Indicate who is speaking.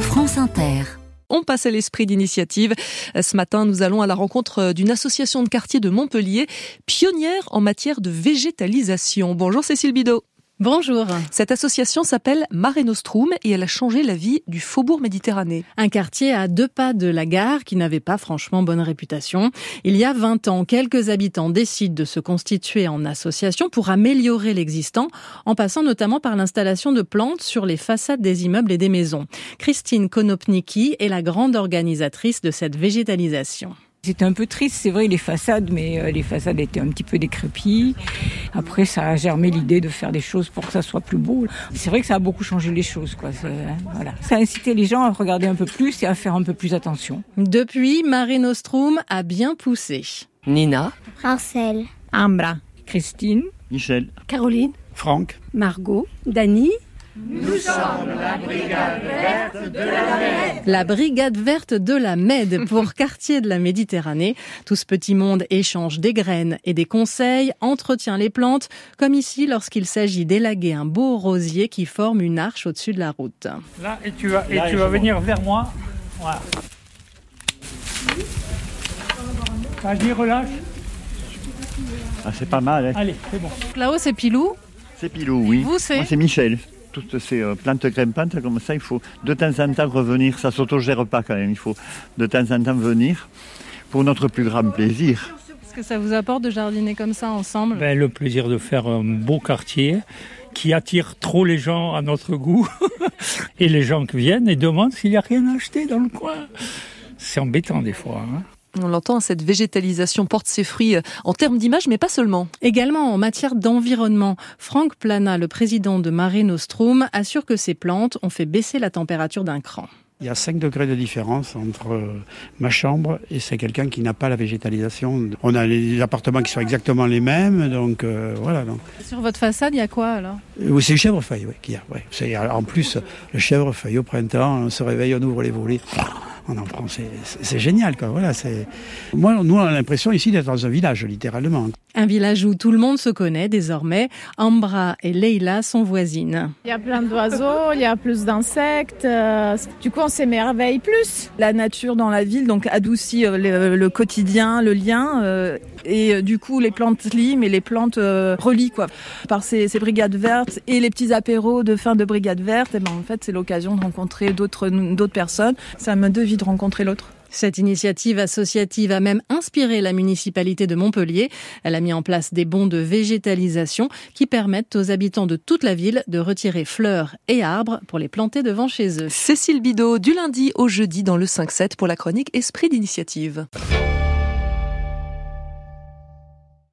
Speaker 1: France Inter.
Speaker 2: On passe à l'esprit d'initiative. Ce matin, nous allons à la rencontre d'une association de quartier de Montpellier, pionnière en matière de végétalisation. Bonjour Cécile Bidot.
Speaker 3: Bonjour.
Speaker 2: Cette association s'appelle Mare Nostrum et elle a changé la vie du faubourg méditerranéen.
Speaker 3: Un quartier à deux pas de la gare qui n'avait pas franchement bonne réputation. Il y a 20 ans, quelques habitants décident de se constituer en association pour améliorer l'existant, en passant notamment par l'installation de plantes sur les façades des immeubles et des maisons. Christine Konopnicki est la grande organisatrice de cette végétalisation.
Speaker 4: C'était un peu triste, c'est vrai, les façades, mais euh, les façades étaient un petit peu décrépies. Après, ça a germé l'idée de faire des choses pour que ça soit plus beau. C'est vrai que ça a beaucoup changé les choses, quoi. hein, Voilà. Ça a incité les gens à regarder un peu plus et à faire un peu plus attention.
Speaker 3: Depuis, Mare Nostrum a bien poussé.
Speaker 2: Nina,
Speaker 5: Marcel,
Speaker 6: Ambra,
Speaker 4: Christine,
Speaker 7: Michel,
Speaker 8: Caroline,
Speaker 7: Franck,
Speaker 8: Margot, Dany,
Speaker 3: La Brigade verte de la Med pour quartier de la Méditerranée. Tout ce petit monde échange des graines et des conseils, entretient les plantes, comme ici lorsqu'il s'agit d'élaguer un beau rosier qui forme une arche au-dessus de la route.
Speaker 9: Là, et tu vas, et tu vas venir vers moi. Voilà. Vas-y, relâche.
Speaker 7: Ah, c'est pas mal. hein.
Speaker 9: Allez, c'est bon.
Speaker 3: Là-haut, c'est Pilou.
Speaker 7: C'est Pilou, oui.
Speaker 3: Vous, c'est
Speaker 7: Moi, c'est Michel. Toutes ces euh, plantes grimpantes, comme ça, il faut de temps en temps revenir. Ça s'autogère pas quand même. Il faut de temps en temps venir pour notre plus grand plaisir.
Speaker 3: Qu'est-ce que ça vous apporte de jardiner comme ça ensemble
Speaker 10: Ben, le plaisir de faire un beau quartier qui attire trop les gens à notre goût. et les gens qui viennent et demandent s'il n'y a rien à acheter dans le coin. C'est embêtant des fois. hein.
Speaker 2: on l'entend, cette végétalisation porte ses fruits en termes d'image, mais pas seulement.
Speaker 3: Également en matière d'environnement, Franck Plana, le président de Mare Nostrum, assure que ces plantes ont fait baisser la température d'un cran.
Speaker 9: Il y a 5 degrés de différence entre euh, ma chambre et c'est quelqu'un qui n'a pas la végétalisation. On a les appartements qui sont exactement les mêmes, donc euh, voilà. Donc.
Speaker 3: Sur votre façade, il y a quoi alors
Speaker 9: Euh, Oui, c'est le chèvrefeuille oui, qu'il y a. ouais. C'est, euh, en plus, le chèvrefeuille au printemps, on se réveille, on ouvre les volets. On en prend, c'est, c'est- c'est génial quoi. Voilà, c'est... Moi, nous, on a l'impression ici d'être dans un village, littéralement.
Speaker 3: Un village où tout le monde se connaît désormais. Ambra et Leila sont voisines.
Speaker 11: Il y a plein d'oiseaux, il y a plus d'insectes. euh, du coup, on s'émerveille plus.
Speaker 12: La nature dans la ville donc adoucit euh, le, le quotidien, le lien euh, et euh, du coup les plantes liment et les plantes euh, relient quoi. Par ces, ces brigades vertes et les petits apéros de fin de brigade verte, eh ben, en fait c'est l'occasion de rencontrer d'autres d'autres personnes. Ça me de vie de rencontrer l'autre.
Speaker 3: Cette initiative associative a même inspiré la municipalité de Montpellier. Elle a mis en place des bons de végétalisation qui permettent aux habitants de toute la ville de retirer fleurs et arbres pour les planter devant chez eux.
Speaker 2: Cécile Bidot, du lundi au jeudi dans le 5-7 pour la chronique Esprit d'initiative.